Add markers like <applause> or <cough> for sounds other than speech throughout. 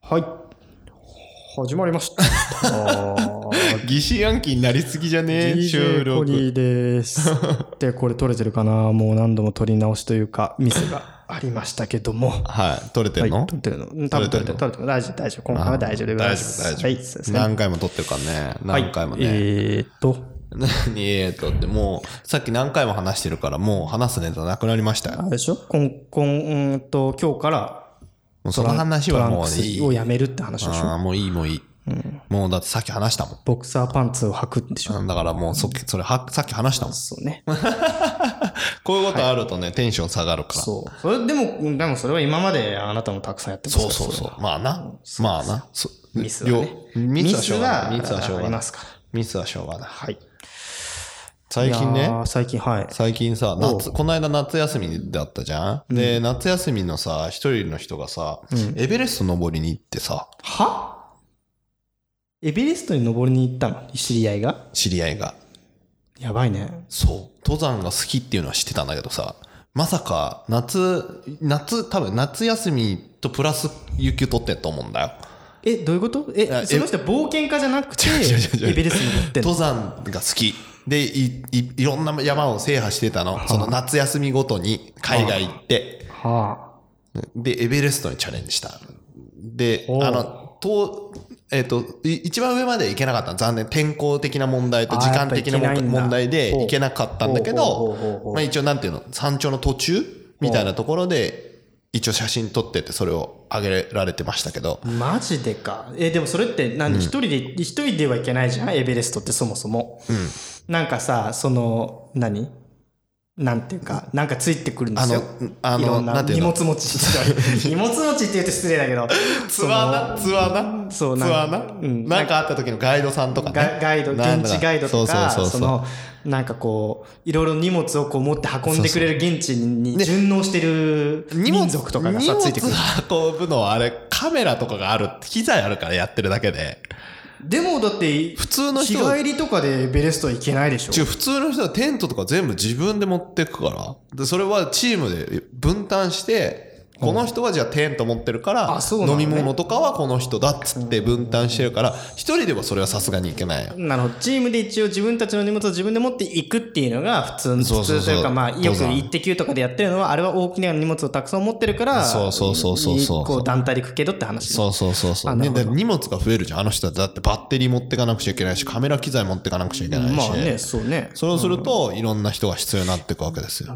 はい。始まりました。 <laughs> 疑心暗鬼になりすぎじゃねえ DJ 収コ録。リーです。で、これ撮れてるかなもう何度も撮り直しというか、ミスがありましたけども。はい。撮れてはるい、の、撮ってるの。うん多分撮撮れてる、れてる撮れてる。大丈夫、大丈夫。今回は大丈夫です。大丈夫、は大丈夫。い、すいません何回も撮ってるからね。何回もね。 <laughs> はいえーっと、何えーとって、もう、さっき何回も話してるから、もう話すネタなくなりましたあよ。れでしょ今、今、うーんと、今日から、もうその話トラはンもクういスい。をやめるって話でしょああ、もういい、もういい。もうだってさっき話したもん。ボクサーパンツを履くんでしょうんだからもうそっそれは、さっき話したもん。そうね。こういうことあるとね、テンション下がるから。そうそう。それでも、うんでもそれは今まであなたもたくさんやってますかそらうそうれはまあな。まあな。そミスはねよミスはしょうがない。ミミススははしあょうがりなまい。すから。ミスはしょうがない。はい。最近いねや。ー最近、はい。最近さ、夏、この間夏休みだったじゃん、で、夏休みのさ、一人の人がさ、エベレスト登りに行ってさ、はエベレストに登りに行ったの知り合いが知り合いが。やばいね。そう。登山が好きっていうのは知ってたんだけどさ、まさか、夏、夏、多分夏休みとプラス、有給取ってると思うんだよ。え、どういうことえ、えその人は冒険家じゃなくて、違う違う違うエベレストに登ってんの登山が好き。で、い、い、いろんな山を制覇してたの。その夏休みごとに海外行って。はで、エベレストにチャレンジした。で、おうあの、と、えっ、と、い一番上まで行けなかったの残念。天候的な問題とあー時間的なやっぱ行けないんだ問題でほう行けなかったんだけほうどほうほうほう、まあ一応なんていうの、山頂の途中みたいなところで、一応写真撮っててそれを上げられてましたけど、あ。マジでか。え、でもそれって何、一人で、一人ではいけないじゃんエベレストってそもそも。うん。なんかさ、その、何なんていうか、なんかついてくるんであすよの。、あいろの、んななんてい荷うの、物持ち。 <laughs> 荷物持ちって言うと失礼だけど。ツアーな、ツアーな、ツそアうなんーうな、んなんかあった時のガイドさんとかね。ガガイド、なん現だ地ガイドとか、そうそそうそうそう。の、なんかこう、いろいろ荷物をこう持って運んでくれる現地にね順応してる民族とかがさ、ついてくる。荷物運ぶのはあれ、カメラとかがある、機材あるからやってるだけで。でもだって、普通の人日帰りとかでエベレスト行けないでしょ違。う、普通の人はテントとか全部自分で持ってくから。で、それはチームで分担して、この人はじゃあテント持ってるかあら、そうなの飲ねみ物とかはこの人だっつって分担してるから、一人ではそれはさすがにいけないよ。なのチームで一応自分たちの荷物を自分で持っていくっていうのが普通のそうそうそう普通というかまあよ登く山1 9とかでやってるのはあれは大きな荷物をたくさん持ってるからそうそうそうそうそうこう団体で行くけどって話そうそうそうそあう。なるほね、どだから荷物が増えるじゃん。あの人はだってバッテリー持ってかなくちゃいけないし、カメラ機材持ってかなくちゃいけないし。まあねそうねそれをすると、いろんな人が必要になっていくわけですよ。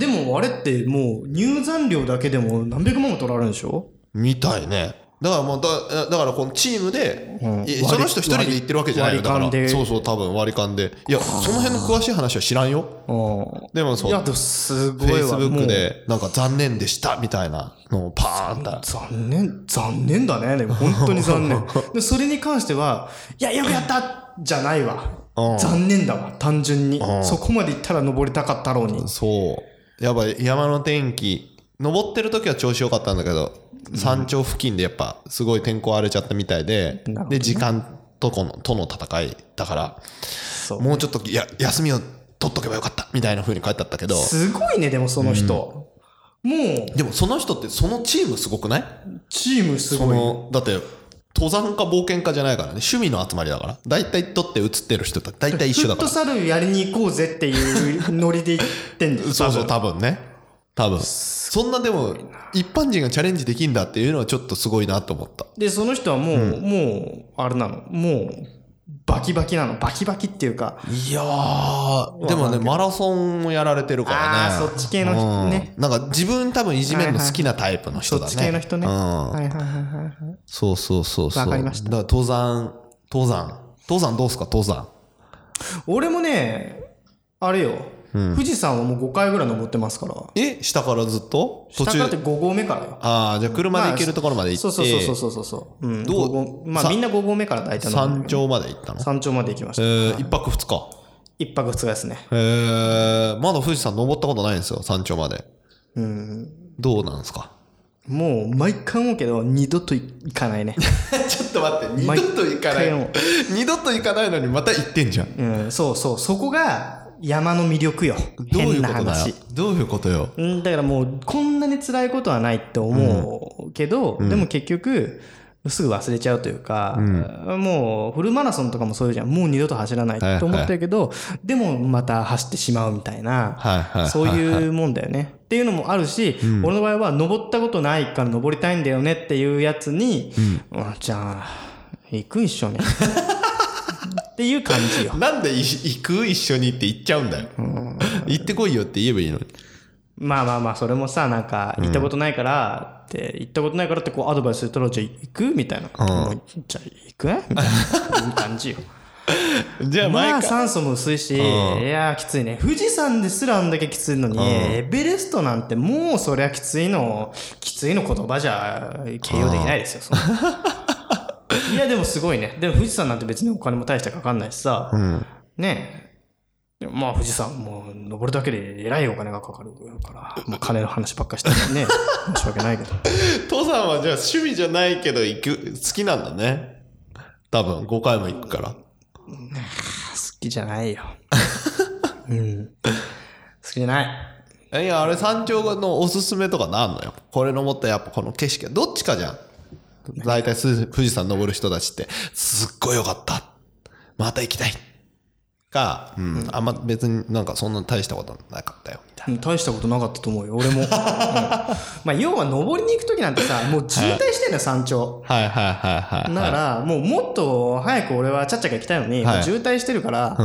でもあれってもう入山料だけでも何百万も取られるんでしょみたいね。だからもうだ、だからこのチームで、うんいやその人一人で行ってるわけじゃないよ。割だか割りら勘で、そうそう、多分割り勘で。いや、その辺の詳しい話は知らんよ。うでもん。そ、いうや、フでもすごェいイスわ。ブッもうクで、なんか残念でしたみたいなのをパーンって。残念、残念だね。でも本当に残 <laughs> 念。でそれに関しては、いや、よくやったじゃないわうん。残念だわ、単純にう。んそこまで行ったら登りたかったろうに。そう。やっぱ山の天気、登ってる時は調子良かったんだけど、山頂付近でやっぱすごい天候荒れちゃったみたいでなるほど、ねで、時間とこの、との戦いだから、そうもうちょっとや休みを取っとけばよかったみたいな風に書いてあったけど、すごいね、でもその人。もう、でもその人ってそのチームすごくないチームすそごい。のだって登山家冒険家じゃないからね趣味の集まりだから大体撮って写ってる人と大体一緒フだッかトらサルやりに行こうぜっていうノリで行ってんだよ。 <laughs> そうそう多分多分ね多分そんなでも一般人がチャレンジできんだっていうのはちょっとすごいなと思ったで、その人はもう、もう、あれなの、もう、バキバキなの、バキバキっていうか、いやーでもねマラソンもやられてるからねあーそっち系の人うんねなんか自分多分いじめるの好きなタイプの人そだっねち系の人ね。うんはいはいはいはいはい。そうそうそうそうわかりましただから登山登山登山どうすか登山俺もね、あれよ、富士山はもう5回ぐらい登ってますから、え下からずっと途下中だって5合目からよ。ああじゃあ車で行けるところまで行って、そうそうそうそうそうそう。うん、どう五合まあさみんな5合目から大体登るんだ山けど頂まで行ったの山頂まで行きましえた。ー、1泊2日一泊二日ですね。えー、まだ富士山登ったことないんですよ山頂までうん。どうなんですか <laughs> もう毎回思うけど、二度と行かないね。ちょっと待って毎回思う二度と行かないのにまた行ってんじゃんうん、そうそう、そこが山の魅力よ。どうい変うなことだ話よ。どういうことようんだからもうこんなに辛いことはないって思うけど、でも結局すぐ忘れちゃうというか、うもうフルマラソンとかもそういうじゃんもう二度と走らないと思ってるけど、でもまた走ってしまうみたいな、はいはいはい。そうはいうもんだよねっていうのもあるし、俺の場合は登ったことないから登りたいんだよねっていうやつに、うんじゃあ行くんっしょ <laughs> ねっていう感じよい。なんでい行く一緒にって言っちゃうんだよ。 <laughs> 行ってこいよって言えばいいのに。まあまあまあ、それもさ、なんか、行ったことないから、って、行ったことないからって、こう、アドバイスしたら、じゃあ行くみたいな。じゃあ行くみたいな <laughs> いう感じよ。じゃあ前まかあ、酸素も薄いし、いやー、きついね。富士山ですらあんだけきついのに、エベレストなんてもう、そりゃきついの、きついの言葉じゃ、形容できないですよ、そん <laughs> ないや、でもすごいね。でも富士山なんて別にお金も大してかかんないしさ、うん。ねえ。でもまあ富士山、もう登るだけでえらいお金がかかるから、まあ、金の話ばっかしてるね。 <laughs> 申し訳ないけど。父さんはじゃあ趣味じゃないけど行く、好きなんだね。多分5回も行くから。好きじゃないよ。 <laughs> うん。好きじゃない。えいや、あれ山頂のおすすめとかなんのよ。これのもっとやっぱこの景色、どっちかじゃん。大体す富士山登る人たちって、すっごい良かった。また行きたい。か、うん、あんま別になんかそんな大したことなかったよ、みたいうん大したことなかったと思うよ、俺も。 <laughs> うんまあ要は登りに行くときなんてさ、もう渋滞してんだよ、山頂。な。はいはいはいはい。だから、もうもっと早く俺はちゃっちゃか行きたいのに、はいもう渋滞してるから、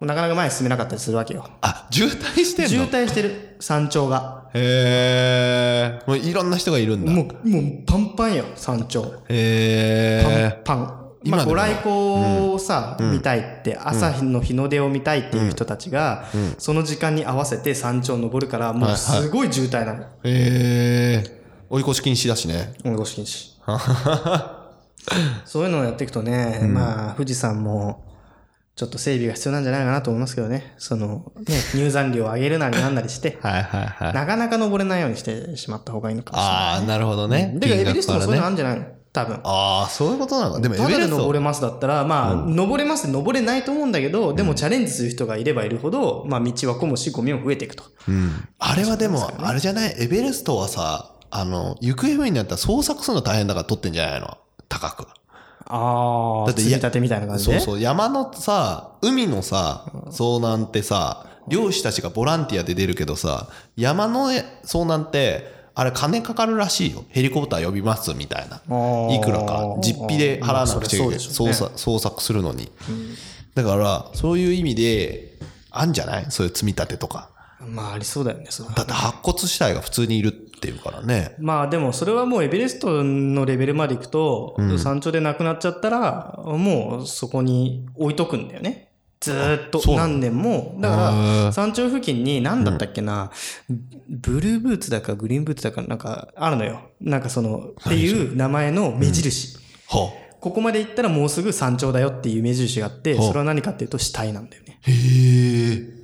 うん。なかなか前に進めなかったりするわけよ。あ、渋滞してん渋の滞してる、山頂が。へえ。もういろんな人がいるんだ。もう、もうパンパンよ、山頂。へえ。パン。今まあ、でごも来光をさ、見たいって、朝日の日の出を見たいっていう人たちが、その時間に合わせて山頂登るから、もうすごい渋滞なの。へえ。追い越し禁止だ <laughs> しね。運動禁止。そういうのをやっていくとね、まあ、富士山も、ちょっと整備が必要なんじゃないかなと思いますけどね。その、ね、入山料を上げるなりなんなりして、はいはいはい。なかなか登れないようにしてしまった方がいいのかもしああ、なるほどね。れない。だから、エベレストもそういう金額のあからねるんじゃないの多分。ああ、そういうことなのか。でもエたベだレでスト登れますだったら、まあ、登れますって登れないと思うんだけど、でもチャレンジする人がいればいるほど、まあ、道は混むし、ゴミも増えていくと。うんあれはでも、あれじゃないエベレストはさ、あの、行方不明になったら捜索するの大変だから取ってんじゃないの高く。ああ、って積み立てみたいな感じそうで。そう。山のさ、海のさ、遭難ってさ、漁師たちがボランティアで出るけどさ、山の遭難って、あれ金かかるらしいよ。ヘリコプター呼びますみたいな。あーいくらか。実費で払わなくちゃいけまない。あそり捜ゃそうでしょ索捜索するのに。だから、そういう意味で、あんじゃないそういう積み立てとか。うねまあ、ありそうだよね、それはだって白骨死体が普通にいるっていうからね。まあ、でも、それはもうエベレストのレベルまで行くと、山頂でなくなっちゃったら、もうそこに置いとくんだよね。ずーっとそうなの何年も。だへから、ー山頂付近に何だったっけな、ブルーブーツだかグリーンブーツだかなんかあるのよ。なんかその、っていう名前の目印。はここまで行ったらもうすぐ山頂だよっていう目印があって、ほうそれは何かっていうと死体なんだよね。へえ。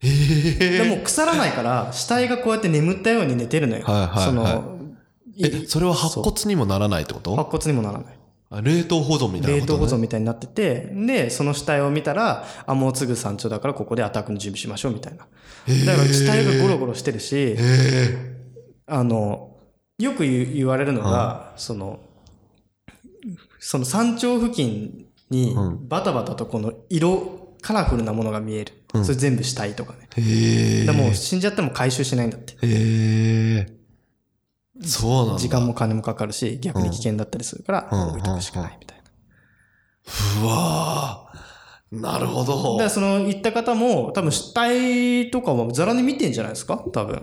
へでえ。も腐らないから、死体がこうやって眠ったように寝てるのよ。はいはいはいその、え、それは白骨にもならないってこと白骨にもならない。あ冷凍保存みたい冷な凍こと、保ね、存みたいになってて、で、その死体を見たら、あ、もうすぐ山頂だからここでアタックの準備しましょうみたいな。だから死体がゴロゴロしてるし、あの、よく言う言われるのが、その、その山頂付近にうんバタバタとこの色、カラフルなものが見える。それ全部死体とかね。へえ。でもう死んじゃっても回収しないんだって。へえ。そうなんだ。時間も金もかかるし、逆に危険だったりするから、うん置いとくしかないみたいな。うわーなるほど。だからその行った方も多分死体とかはざらに見てんじゃないですか多分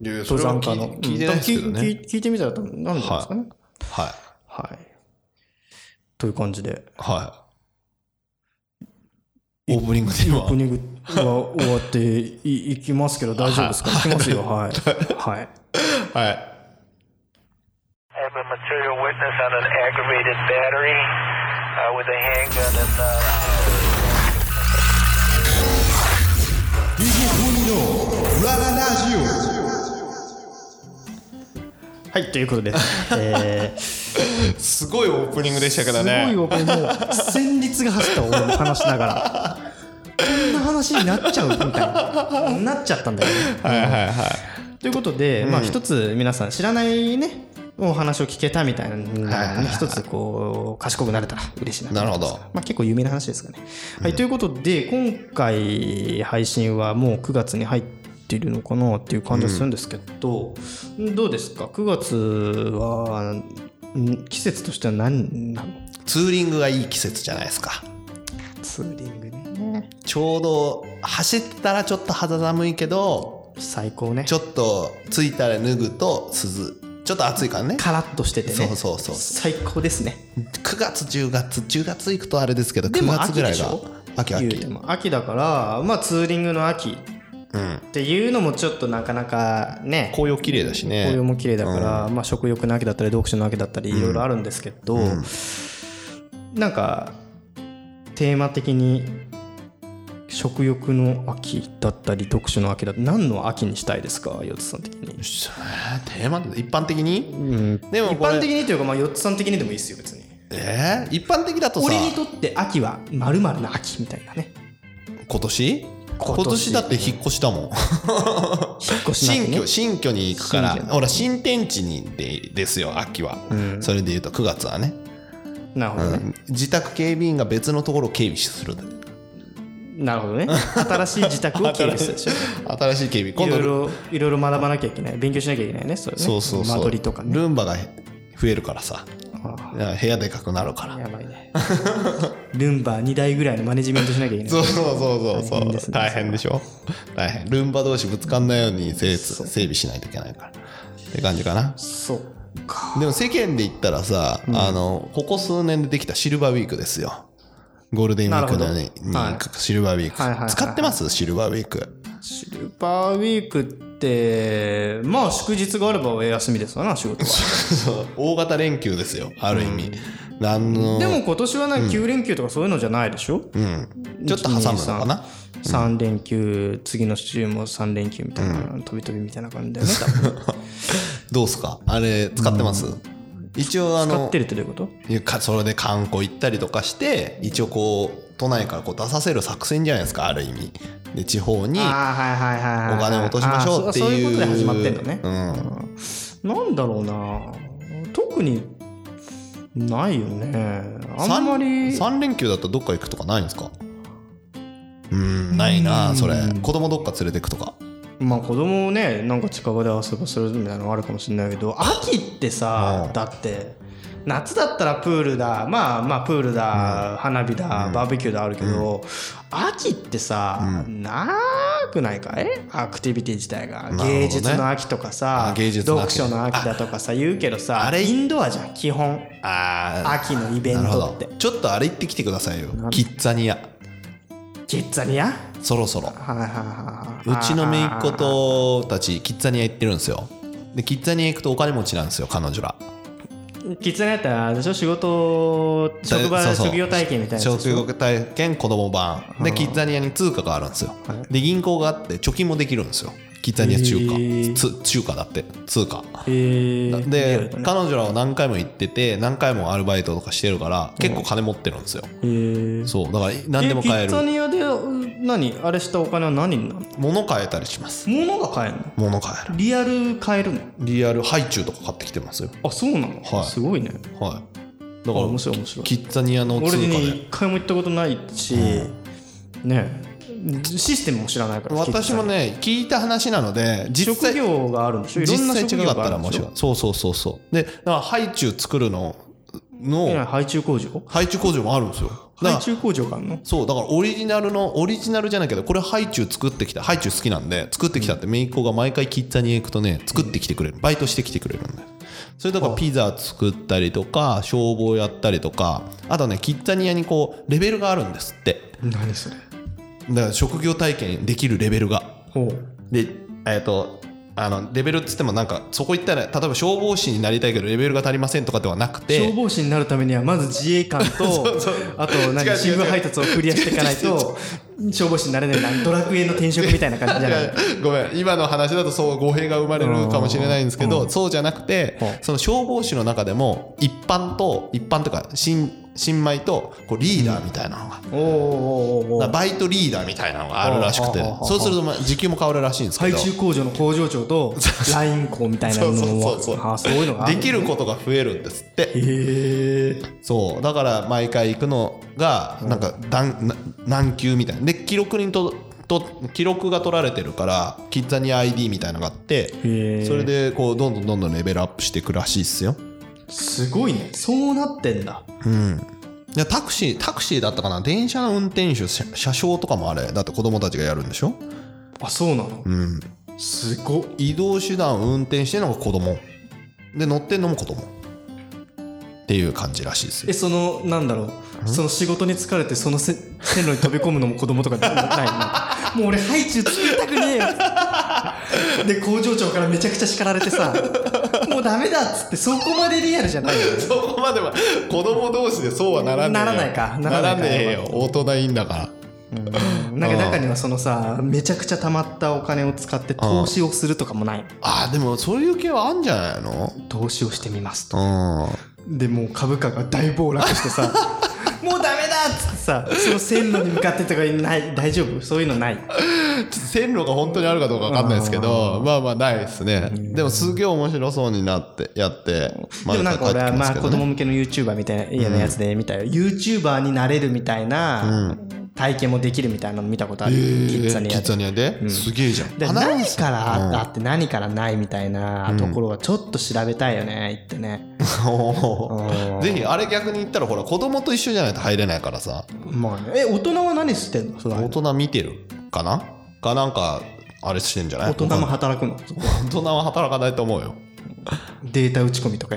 いやいやそ登れは山家聞いの聞いてないですけどうん多分ね。聞い聞いてみたら多分なんじゃないですかねはい。はい、という感じではい。オープニングで今。オープニングは終わっていいきますけど大丈夫ですかいきます <laughs> よはい、はい、はい。 I have a material witness on an aggravated battery uh, with a handgun and. Uh, DJ トミーの裏ララジオはい、ということで、えー、すすごいオープニングでしたけごどいね。オープニングだ旋律が走った俺も話しながらこんな話になっちゃうみたいななっちゃったんだよねはいはいはい。ということで、まあ一つ皆さん知らないねお話を聞けたみたいなのはいはいがはいね一つこう賢くなれたら嬉しいなと思いますなるほどまあ、結構有名な話ですかね、はい、ということで今回配信はもう9月に入っているのかなっていう感じがするんですけど、どうですか9月はん季節としては何なのツーリングがいい季節じゃないですかツーリングねちょうど走ったらちょっと肌寒いけど最高ねちょっと着いたら脱ぐと涼ちょっと暑いからねカラッとしててねそうそうそう最高ですね9月10月10月行くとあれですけどで9も月ぐらい秋でがしょ秋言う秋ても秋だから、まあ、ツーリングの秋うんっていうのもちょっとなかなかね紅葉綺麗だしね紅葉も綺麗だから、まあ、食欲の秋だったり読書の秋だったりいろいろあるんですけど、んなんかテーマ的に食欲の秋だったり読書の秋だったり何の秋にしたいですか四つさん的に。そうテーマで一般的にうん、でも一これ般的にというか、まあ、四つさん的にでもいいですよ別に。えー、一般的だとさ俺にとって秋はまるまるな秋みたいなね今年今年今年だって引っ越しだもん引っ越しなん新て居ね新居に行くから新居ほら新天地にでですよ秋は、うんそれでいうと9月はね、なるほうどね、ん、自宅警備員が別のところを警備するなるほどね新しい自宅 <laughs> を経由するでしょ新しい警備い今ろ度いろいろいろ学ばなきゃいけない勉強しなきゃいけないねそれねそうそうそう間取りとかねルンバが増えるからさあ部屋でかくなるかあらやばい <laughs> ねルンバ2台ぐらいのマネジメントしなきゃいけないそうそうそうそ大変うでそすうね大変でしょ大変ルンバ同士ぶつかんないように整整備しないといけないからって感じかなそうかでも世間で言ったらさ、あのここ数年でできたシルバーウィークですよゴールデンウィークのねなるほどはいにシルバーウィーク、はいはいはいはい使ってますシルバーウィーク <laughs> シルバーウィークってまあ祝日があればお休みですわな仕事は大型連休ですよある意味、なんのでも今年はね9連休とかそういうのじゃないでしょ、うん、ちょっと挟むのかな3連休次の週も3連休みたいな飛び飛びみたいな感じだよね多分どうすかあれ使ってます、一応 <laughs> あ使のってるってどういうこといやかそれで観光行ったりとかして一応こう都内からこう出させる作戦じゃないですかある意味で地方におあーはいはいはいはい金を落としましょうっていうあーそそういうことで始まってんのね、うん、なんだろうな特にないよねあんまり3連休だったらどっか行くとかないんですかうんないなそれ子供どっか連れてくとかまあ子供をねなんか近場で遊ばするみたいなのあるかもしれないけど秋ってさ、うんだって夏だったらプールだまあまあプールだ、花火だ、バーベキューだあるけど、秋ってさ、なくないかいアクティビティ自体が、ほどね芸術の秋とかさあ芸術の秋読書の秋だとかさ言うけどさあれインドアじゃん基本あ秋のイベンなるほトっどてちょっとあれ行ってきてくださいよなんキッザニアキッザニアそろそろはいはいはいはういちの姪っ子とたちキッザニア行ってるんですよでキッザニア行くとお金持ちなんですよ彼女らキッザニアってあれでしょ仕事職場そうそう職業体験みたいなやつでし職ょ業体験子供版でキッザニアに通貨があるんですよで銀行があって貯金もできるんですよキッザニア中へ華ーつ中華だって通貨へーで彼女らは何回も行ってて何回もアルバイトとかしてるから結構金持ってるんですよ、へーそうだから何でも買ええキッザるニアでう何あれしたお金は何になるの物買えたりします物が買えるの物買えるリアル買えるのリアルハイチュウとか買ってきてますよあそうなの、はいすごいねはいだあから面白い面白いキッザニアの通俺貨ねで一回も行ったことないし、ねシステムも知らないから私キッザもニね聞いた話なのでア実職際業があるんでしょいろん実な際職違業がかったあるらんもでちしろょんそうそうそうそうでだからハイチュウ作るのえなのい配中工場ハイチュウ工場もあるんですよだから配中工場があるのそうだからオリジナルのオリジナルじゃないけどこれハイチュウ作ってきたハイチュウ好きなんで作ってきたって姪っ子が毎回キッザニア行くとね作ってきてくれるバイトしてきてくれるんだよそれだからピザ作ったりとか消防やったりとかあとねキッザニアにこうレベルがあるんですって何それだから職業体験できるレベルがほうでえっ、とあのレベルっつってもなんかそこ行ったら例えば消防士になりたいけどレベルが足りませんとかではなくて消防士になるためにはまず自衛 <laughs> 官とあと何違う違う違う新聞配達をクリアしていかないと消防士になれないなんドラクエの転職みたいな感じじゃ <laughs> ないごめん今の話だとそう語弊が生まれるかもしれないんですけど、そうじゃなくて、うんその消防士の中でも一般と一般というか新新米とこうリーダーみたいなのが、おーおーおーおだからーバイトリーダーみたいなのがあるらしくてああああそうするとまあ時給も変わるらしいんですけ配ど中工場の工場長とライン工みたいなのもそうそうそうそうあそういうのがあでんのきることが増えるんですってへえそうだから毎回行くのがなんか段な何級みたいなで記録にとと記録が取られてるからキッザニア ID みたいなのがあってへえそれでこうどんどんどんどんレベルアップしていくらしいっすよすごいねそうなってんだうんいやタクシータクシーだったかな電車の運転手車車掌とかもあれだって子供たちがやるんでしょあそうなのうんすごっ移動手段を運転してるのが子供で乗ってんのも子供っていう感じらしいですよえそのなんだろうその仕事に疲れてそのせ線路に飛び込むのも子供とかないの <laughs> もう俺ハイチュウ作りたくねえよ <laughs> で工場長からめちゃくちゃ叱られて <laughs> さもうダメだっつってそこまでリアルじゃないよねそこまでは子供同士でそうはならねえよならないかなならないらかねえよ大人いいんだからうんなんか中にはそのさめちゃくちゃ貯まったお金を使って投資をするとかもないあーでもそういう系はあんじゃないの投資をしてみますとうでもう株価が大暴落してさ <laughs> もうダメだっつってさその線路に向かってとかない大丈夫そういうのないんちょっと線路が本当にあるかどうかわかんないですけどまあまあないですねでもすげえ面白そうになってやってでもなんか俺はまあ子供供向けの YouTuber みたいなやつで見たよ、YouTuber になれるみたいな体験もできるみたいなの見たことある、キッザニアキッでザニアですげえじゃんでアナ <laughs> ウン何スからあって何からないみたいなところはちょっと調べたいよね行ってね、おーぜひあれ逆に言ったらほら子供と一緒じゃないと入れないからさまあねえ大人は何してんのその大人見てるかなかなんかあれしてんじゃない大人も働くの大人は働かないと思うよデータ打ち込みと <laughs> か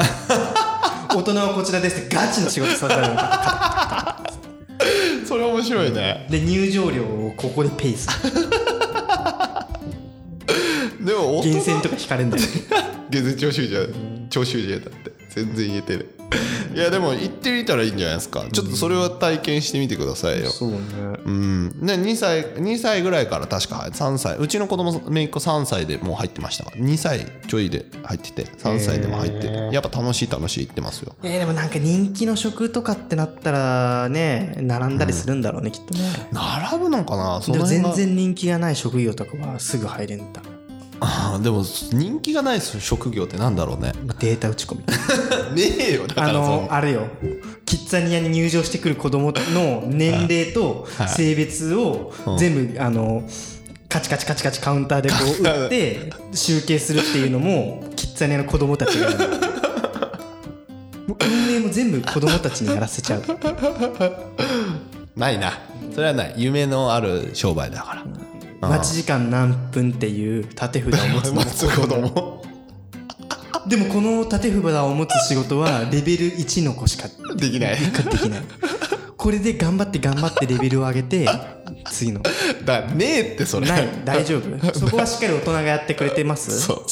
大人はこちらですってガチの仕事させられるそれ面白いねで入場料をここでペイす <laughs> るでも大源人泉とか引かれるんだよ <laughs> 源泉徴収じゃ徴収じゃだって全然言えてるいやでも行ってみたらいいんじゃないですかちょっとそれは体験してみてくださいよそうねうんね2歳2歳ぐらいから確か入3歳うちの子供めいっ子3歳でもう入ってましたから2歳ちょいで入ってて3歳でも入っててやっぱ楽しい楽しい行ってますよえーでもなんか人気の食とかってなったらね並んだりするんだろうね、きっとね並ぶのかなそでのも辺全が然人気がない職業とかはすぐ入れんだあーでも人気がない職業ってなんだろうね <laughs> データ打ち込みねえよだ <laughs> かあらそののあれよキッザニアに入場してくる子供の年齢とい性別をうん全部あのカチカチカチカチカウンターでこう打って集計するっていうのもキッザニアの子供たちがやるもう運営も全部子供たちにやらせちゃうないなそれはない夢のある商売だから待ち時間何分っていう縦札を持つのも待つ子供でもこの縦札を持つ仕事はレベル1の子しか <laughs> できない <laughs> できないこれで頑張って頑張ってレベルを上げて次のだからねえってそれない大丈夫 <laughs> そこはしっかり大人がやってくれてますそ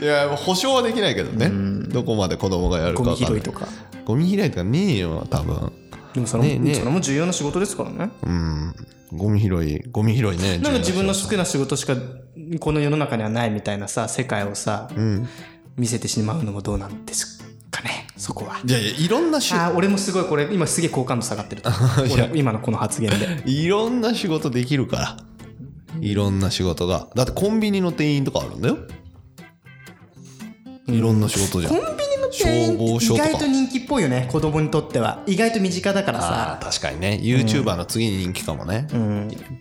ういや保証はできないけどねどこまで子供がやるかゴミわかん拾ないいとかゴミ拾いとかねえよ多分でもそれも、ねえねえそれも重要な仕事ですからねうんゴミ拾いゴミ拾いねなんか自分の好きな仕事しかこの世の中にはないみたいなさ世界をさ、ん見せてしまうのもどうなんですかねそこはいやいやいろんなしあー俺もすごいこれ今すげえ好感度下が <laughs> ってると思う俺今のこの発言でいろんな仕事できるからいろんな仕事がだってコンビニの店員とかあるんだよいろんな仕事じゃんコンビニの店消員防って署意とか外と人気っぽいよね子供にとっては意外と身近だからあさー確かにね YouTuber の次に人気かもね、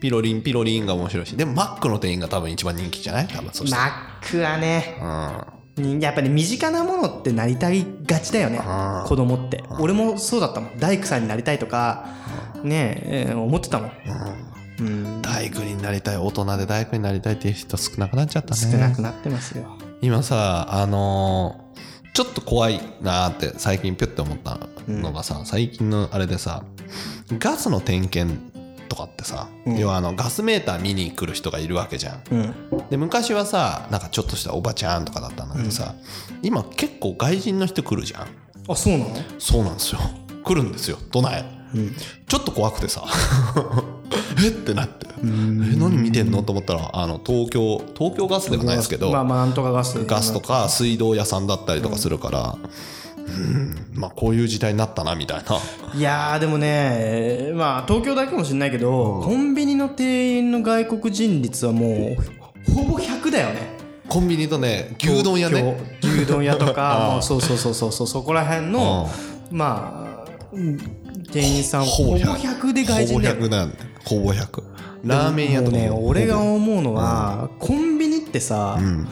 ピロリンピロリンが面白いしでもマックの店員が多分一番人気じゃない多分そしたら、マックはねうん人やっぱり身近なものってなりたいがちだよねあー子供って俺もそうだったもん大工さんになりたいとかねええー思ってたもんうん大工になりたい大人で大工になりたいっていう人少なくなっちゃったね少なくなってますよ今さあのーちょっと怖いなーって最近ピュッて思ったのがさ、最近のあれでさガスの点検とかってさ、要はあのガスメーター見に来る人がいるわけじゃん、うんで昔はさなんかちょっとしたおばちゃんとかだったんだけどさ、今結構外人の人来るじゃんあそうなのそうなんですよ <laughs> 来るんですよ都内、ちょっと怖くてさ <laughs> えってなってえ何見てんのと思ったらあの東京東京ガスではないですけど、まあまあなんとかガスガスとか水道屋さんだったりとかするから、まあこういう時代になったなみたいないやーでもね、まあ東京だけかもしれないけど、コンビニの店員の外国人率はもうほぼ100だよね。 <laughs> コンビニとね牛丼屋ね東京牛丼屋とあか <laughs> あもうそうそうそうそうそうそこら辺のまあうん店員さんほぼ100で外人だよほぼ100なんだほぼ100ラーメン屋もとかうねも俺がほぼ思うのは、コンビニってさ、ん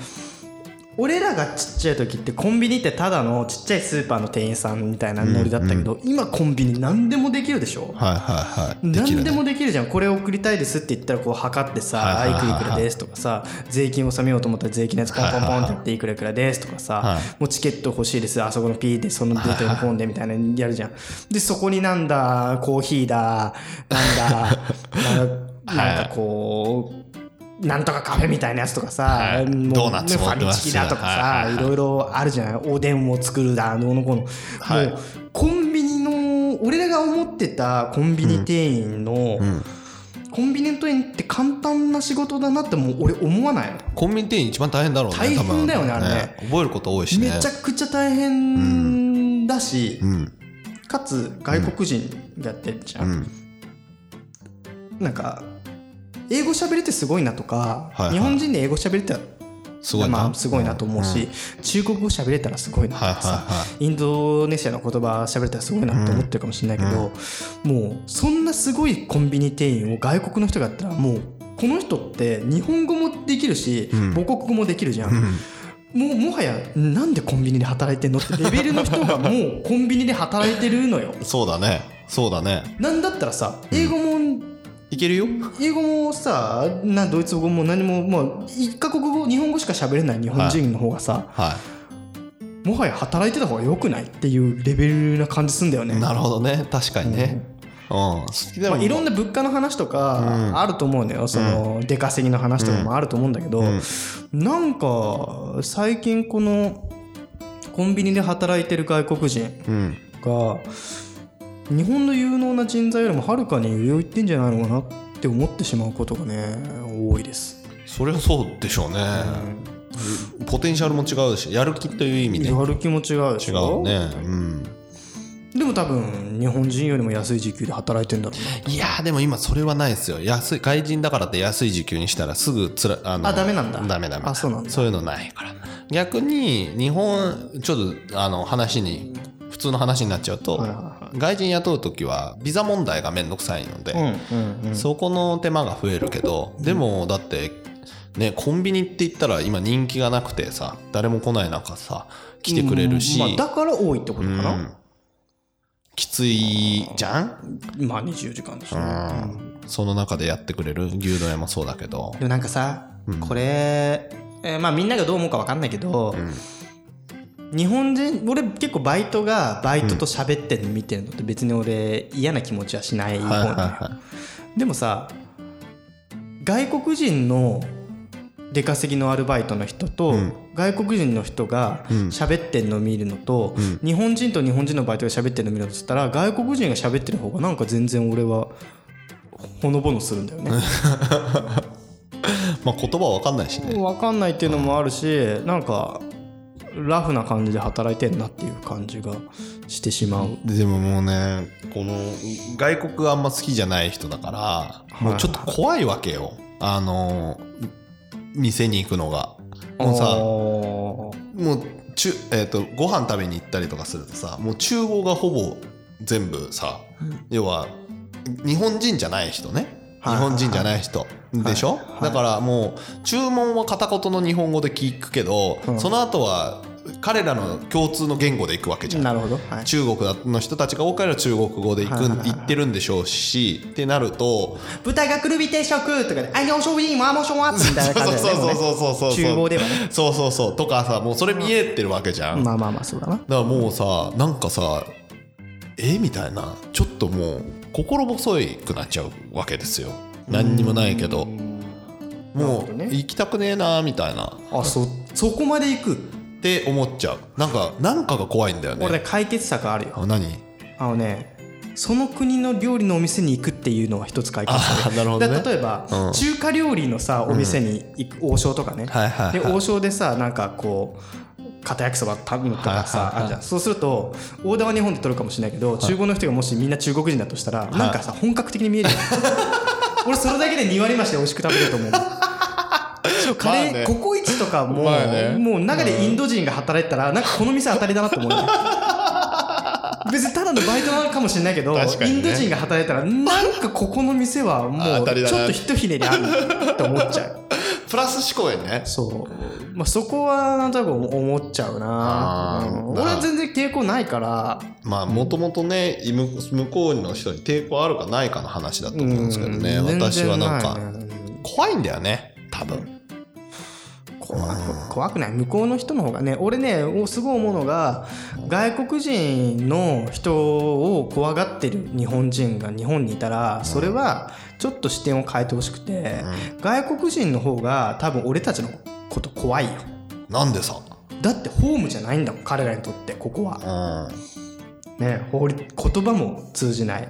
俺らがちっちゃい時ってコンビニってただのちっちゃいスーパーの店員さんみたいなノリだったけど、今コンビニ何でもできるでしょ、はいはいはい何でねもできるじゃんこれを送りたいですって言ったらこう測ってさ「はあいはいいはいはくいいくらです」とかさ税金納めようと思ったら税金のやつポンポンポンってやって「いくらいくらです」とかはさいもうチケット欲しいですあそこのピーでその出ての本でみたいなのやるじゃんでそこになんだコーヒーだなんだななんかこう。なんとかカフェみたいなやつとかさ、いもうドーナツフもァ売ってミまチキすよだとかはいさ、はいいはいろいろあるじゃない、おでんを作るだ、どうのこうの。はいもうコンビニの俺らが思ってたコンビニ店員の、コンビニ店員って簡単な仕事だなってもう俺思わないの、コンビニ店員一番大変だろうね大変だよね多分あれね覚えること多いしねめちゃくちゃ大変だし、うんかつ外国人やってるじゃ、うんんなんか英語喋れてすごいなとか、はいはい日本人で英語喋れてすごいな、まあ、すごいなと思うし、中国語喋れたらすごいなとかさ、はいはいはインドネシアの言葉喋れたらすごいなって思ってるかもしれないけど、もうそんなすごいコンビニ店員を外国の人がやったらもうこの人って日本語もできるし、母国語もできるじゃん。もうもはやなんでコンビニで働いてんのってレベルの人がもうコンビニで働いてるのよ。そうだねそうだねなんだったらさ英語もいけるよ英語もさなドイツ語も何ももう一カ国語日本語しか喋れない日本人の方がさ、はもはや働いてた方が良くないっていうレベルな感じすんだよね。いなるほどね確かにねうん好きだまもあ、いろんな物価の話とかあると思うのよ、その出稼ぎの話とかもあると思うんだけど、なんか最近このコンビニで働いてる外国人うんが日本の有能な人材よりもはるかに上を行ってんじゃないのかなって思ってしまうことがね多いです。それはそうでしょうね、ポテンシャルも違うしやる気という意味で違やる気も違うでしうょね、うん、でも多分日本人よりも安い時給で働いてんだろうな。いやーでも今それはないですよ安い外人だからって安い時給にしたらすぐつらあのあダメなんだダメダメあそうなんだそういうのないから逆に日本ちょっとあの話に普通の話になっちゃうと、はいはいは外人雇う時はビザ問題がめんどくさいので、うんうんそこの手間が増えるけどでもだってねコンビニって言ったら今人気がなくてさ誰も来ない中さ来てくれるし、うんまあ、だから多いってことかな、うんきついじゃん、まあ24時間でしょ、その中でやってくれる牛丼屋もそうだけどでもなんかさ、これ、えーまあみんながどう思うか分かんないけど、日本人俺結構バイトがバイトと喋ってるの見てるのって別に俺嫌な気持ちはしない方はいなはのよいはでもさ外国人の出稼ぎのアルバイトの人と、外国人の人が喋ってるのを見るのと、日本人と日本人のバイトが喋ってるのを見るのとしたら外国人が喋ってる方がなんか全然俺はほのぼのするんだよね。いまあ言葉は分かんないしね分かんないっていうのもあるし、なんかラフな感じで働いてんなっていう感じがしてしまう。でももうねこの外国あんま好きじゃない人だからいもうちょっと怖いわけよあの店に行くのがもうさおーもうちゅ、えー、とご飯食べに行ったりとかするとさもう厨房がほぼ全部さ、要は日本人じゃない人ね、はい日本人じゃない人でしょ、だからもう注文は片言の日本語で聞くけど、その後は彼らの共通の言語で行くわけじゃん。なるほど、はい、中国の人たちが多くは中国語で行くん行ってるんでしょうしってなると豚がくるび定食とかで「あいにおしょういまもしょわ」みたいな感じだそようそうねそうそうそうそう厨房ではねそうそうそうとかさもうそれ見えてるわけじゃん、まあまあまあそうだなだからもうさなんかさえみたいなちょっともう心細いくなっちゃうわけですよ何にもないけどもうね行きたくねえなみたいなあそそこまで行くって思っちゃうなんかなんかが怖いんだよ俺ねね解決策あるよあ何あのねその国の料理のお店に行くっていうのは一つ解決策あなるほどねだ例えば、うん中華料理のさお店に行く王将とかね、はいはいはいで王将でさなんかこう片焼きそば食べるとかはいさはいはいあるじゃんそうするとオーダーは日本で取るかもしれないけど中国の人がもしみんな中国人だとしたらなんかさ本格的に見えるよ <laughs> 俺それだけで2割増しで美味しく食べれると思うそうカレー、まあねココイチとかも、まあねもう中でインド人が働いてたらなんかこの店当たりだなと思 <laughs> うよ別にただのバイトなのかもしれないけど、確かイにねンド人が働いたらなんかここの店はもあ当うたりだちなょっとひとひねりあるって思っちゃうプラス思考やね。そう、まあ、そこはなんとなく思っちゃうなあ、ーうんまあ俺は全然抵抗ないからまあ、もともとね、向向こうの人に抵抗あるかないかの話だと思うんですけどね。うん全然私はなんいか、ね怖いんだよね、多分。怖く怖くない向こうの人の方がね俺ねおすごい思うのが外国人の人を怖がってる日本人が日本にいたらそれはちょっと視点を変えてほしくて、外国人の方が多分俺たちのこと怖いよなんでさ。だってホームじゃないんだもん彼らにとってここはう。ん。ね、法律言葉も通じない、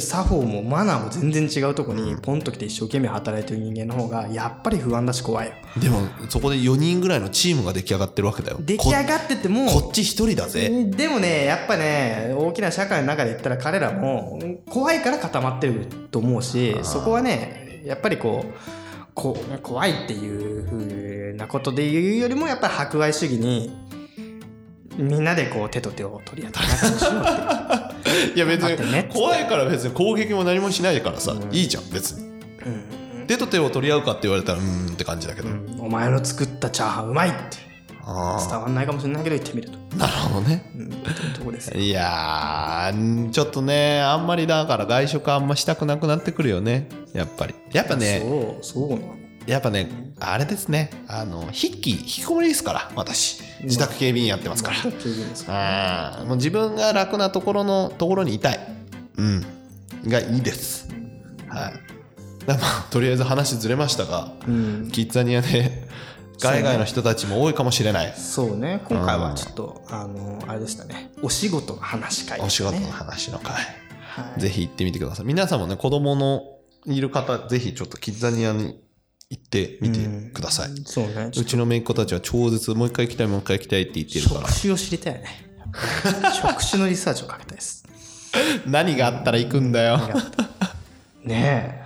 作法もマナーも全然違うとこにポンと来て一生懸命働いてる人間の方がやっぱり不安だし怖いよでも、そこで4人ぐらいのチームが出来上がってるわけだよ。出来上がっててもここっち1人だぜ。でもねやっぱね大きな社会の中で言ったら彼らも怖いから固まってると思うしそこはねやっぱりこうこ怖いっていうふうなことで言うよりもやっぱり博愛主義にみんなでこう手と手を取り合って仲良くしようっていういや別あってに、ね怖いから別に攻撃も何もしないからさ、いいじゃん別に、 <laughs> 手と手を取り合うかって言われたらうーんって感じだけど、お前の作ったチャーハンうまいってあ伝わんないかもしれないけど言ってみると、あなるほどねうん、というとこですよいやーちょっとねあんまりだから外食あんましたくなくなってくるよねやっぱりやっぱねそうそうなのやっぱねあれですねあの筆記引きこもりですから私自宅警備員やってますから、ちょっといいですかあーもう自分が楽なところのところにいたい、うん、がいいです、はいだからまあ、とりあえず話ずれましたが、うんキッザニアで海外の人たちも多いかもしれない、そうね今回はちょっとあのあれでしたねお仕事の話会おで仕した事ねの話の会、はいぜひ行ってみてください皆さんもね子供のいる方ぜひちょっとキッザニアに行ってみてください、うそうねちょっちの姪っ子たちは超絶もう一回行きたいもう一回行きたいって言ってとるから職種を知りたいよね職種のリサーチをかけたい <laughs> です何があったら行くんだよね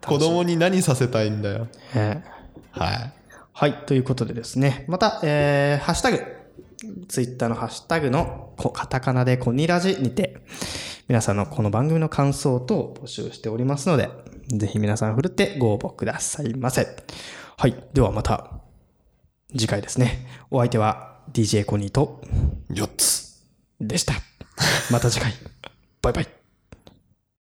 子供に何させたいんだよえねえはいはい、ということでですね、また、えー、ハッシュタグ、ツイッターのハッシュタグのこカタカナでコニラジにて、皆さんのこの番組の感想等を募集しておりますので、ぜひ皆さん振るってご応募くださいませ。はい、ではまた次回ですね。お相手は DJ コニーと4つでした。また次回。バイバイ。